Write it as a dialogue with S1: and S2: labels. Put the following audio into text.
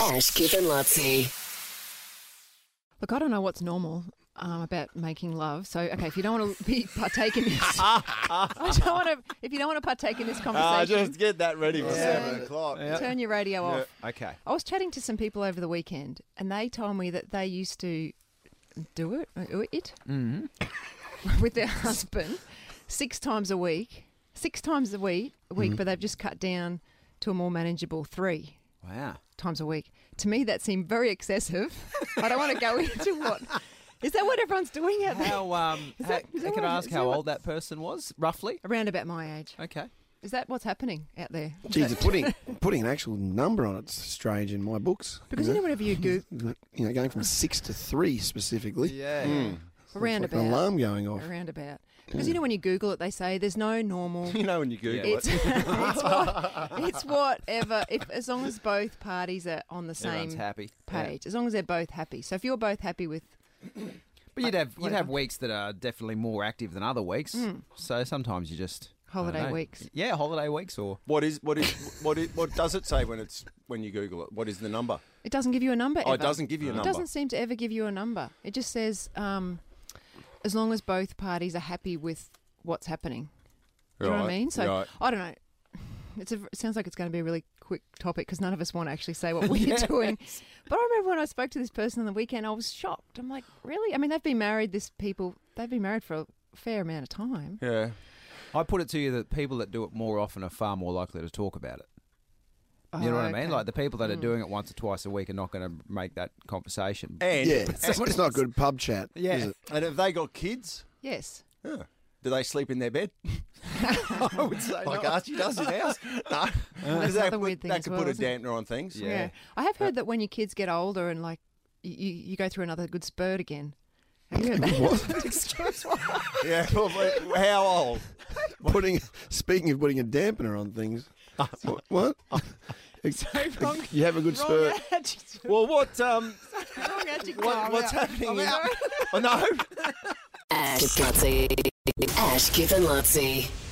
S1: Ash, Kip, and Lutzi.
S2: Look, I don't know what's normal um, about making love. So, okay, if you don't want to be partake in this, I don't want to. If you don't want to partake in this
S3: Ah,
S2: conversation,
S3: just get that ready for seven o'clock.
S2: turn your radio
S3: Yeah,
S2: off.
S3: Okay.
S2: I was chatting to some people over the weekend, and they told me that they used to do it, uh, it
S3: Mm-hmm.
S2: with their husband six times a week, six times a week, a
S3: Mm-hmm.
S2: week, but they've just cut down to a more manageable three
S3: Wow.
S2: times a week. To me, that seemed very excessive. I don't want to go into what is that what everyone's doing out there?
S4: How um,
S2: Is
S4: how-
S2: that- is that
S4: can
S2: what-
S4: I ask
S2: is that
S4: how
S2: what-
S4: old that person was roughly?
S2: Around about my age.
S4: Okay.
S2: Is that what's happening out there?
S5: Jeez, putting putting an actual number on it's strange in my books.
S2: Because you know, whenever you go
S5: you know, going from six to three specifically.
S3: Yeah.
S2: around
S5: Like an
S2: about,
S5: alarm going off.
S2: around about, because you know when you Google it, they say there's no normal.
S3: You know when you Google
S2: It's, it's, what, it's whatever. If as long as both parties are on the
S4: Everyone's
S2: same
S4: happy.
S2: page, as long as they're both happy. So if you're both happy with,
S4: But you'd have you'd have
S2: whatever.
S4: weeks that are definitely more active than other weeks.
S2: Hmm.
S4: So sometimes you just I don't
S2: Holiday
S4: know.
S2: weeks.
S4: Yeah, holiday weeks or
S3: What is what is what is, what does it say when it's when you Google it? What is the number?
S2: it doesn't give you a number.
S3: Oh, it
S2: ever.
S3: doesn't give you a
S2: It
S3: number.
S2: doesn't seem to ever give you a number. It just says, um, as long as both parties are happy with what's happening. Do you know what I
S3: Right,
S2: mean? So
S3: right.
S2: I don't know. It's a, it sounds like it's going to be a really quick topic because none of us want to actually say what we're doing. But I remember when I spoke to this person on the weekend, I was shocked. I'm like, really? I mean, they've been married. This people, they've been married for a fair amount of time.
S3: Yeah.
S4: I put it to you that people that do it more often are far more likely to talk about it. You
S2: Oh,
S4: know what I mean? Like the people
S2: Hmm.
S4: that are doing it once or twice a week are not going to make that conversation.
S3: And
S5: Yeah, it's, it's not good pub chat.
S4: Yeah.
S5: is it?
S3: And have they got kids?
S2: yes.
S3: Yeah. Do they sleep in their bed? I would say like Archie does in ours. No, Because that,
S2: another
S3: would-
S2: weird thing
S3: that
S2: as
S3: could
S2: well,
S3: put a
S2: isn't it?
S3: dampener on things.
S2: Yeah. I have heard that when your kids get older and like you, you you go through another good spurt again. Have you heard that?
S3: Yeah. Well, but how old?
S5: Putting speaking of putting a dampener on things. what? what? you have a good spurt.
S3: Well, what um,
S2: What-
S3: what's happening? is- Oh no.
S1: Ash, Kip, Lutzi. Ash, Kip, and Lutzi.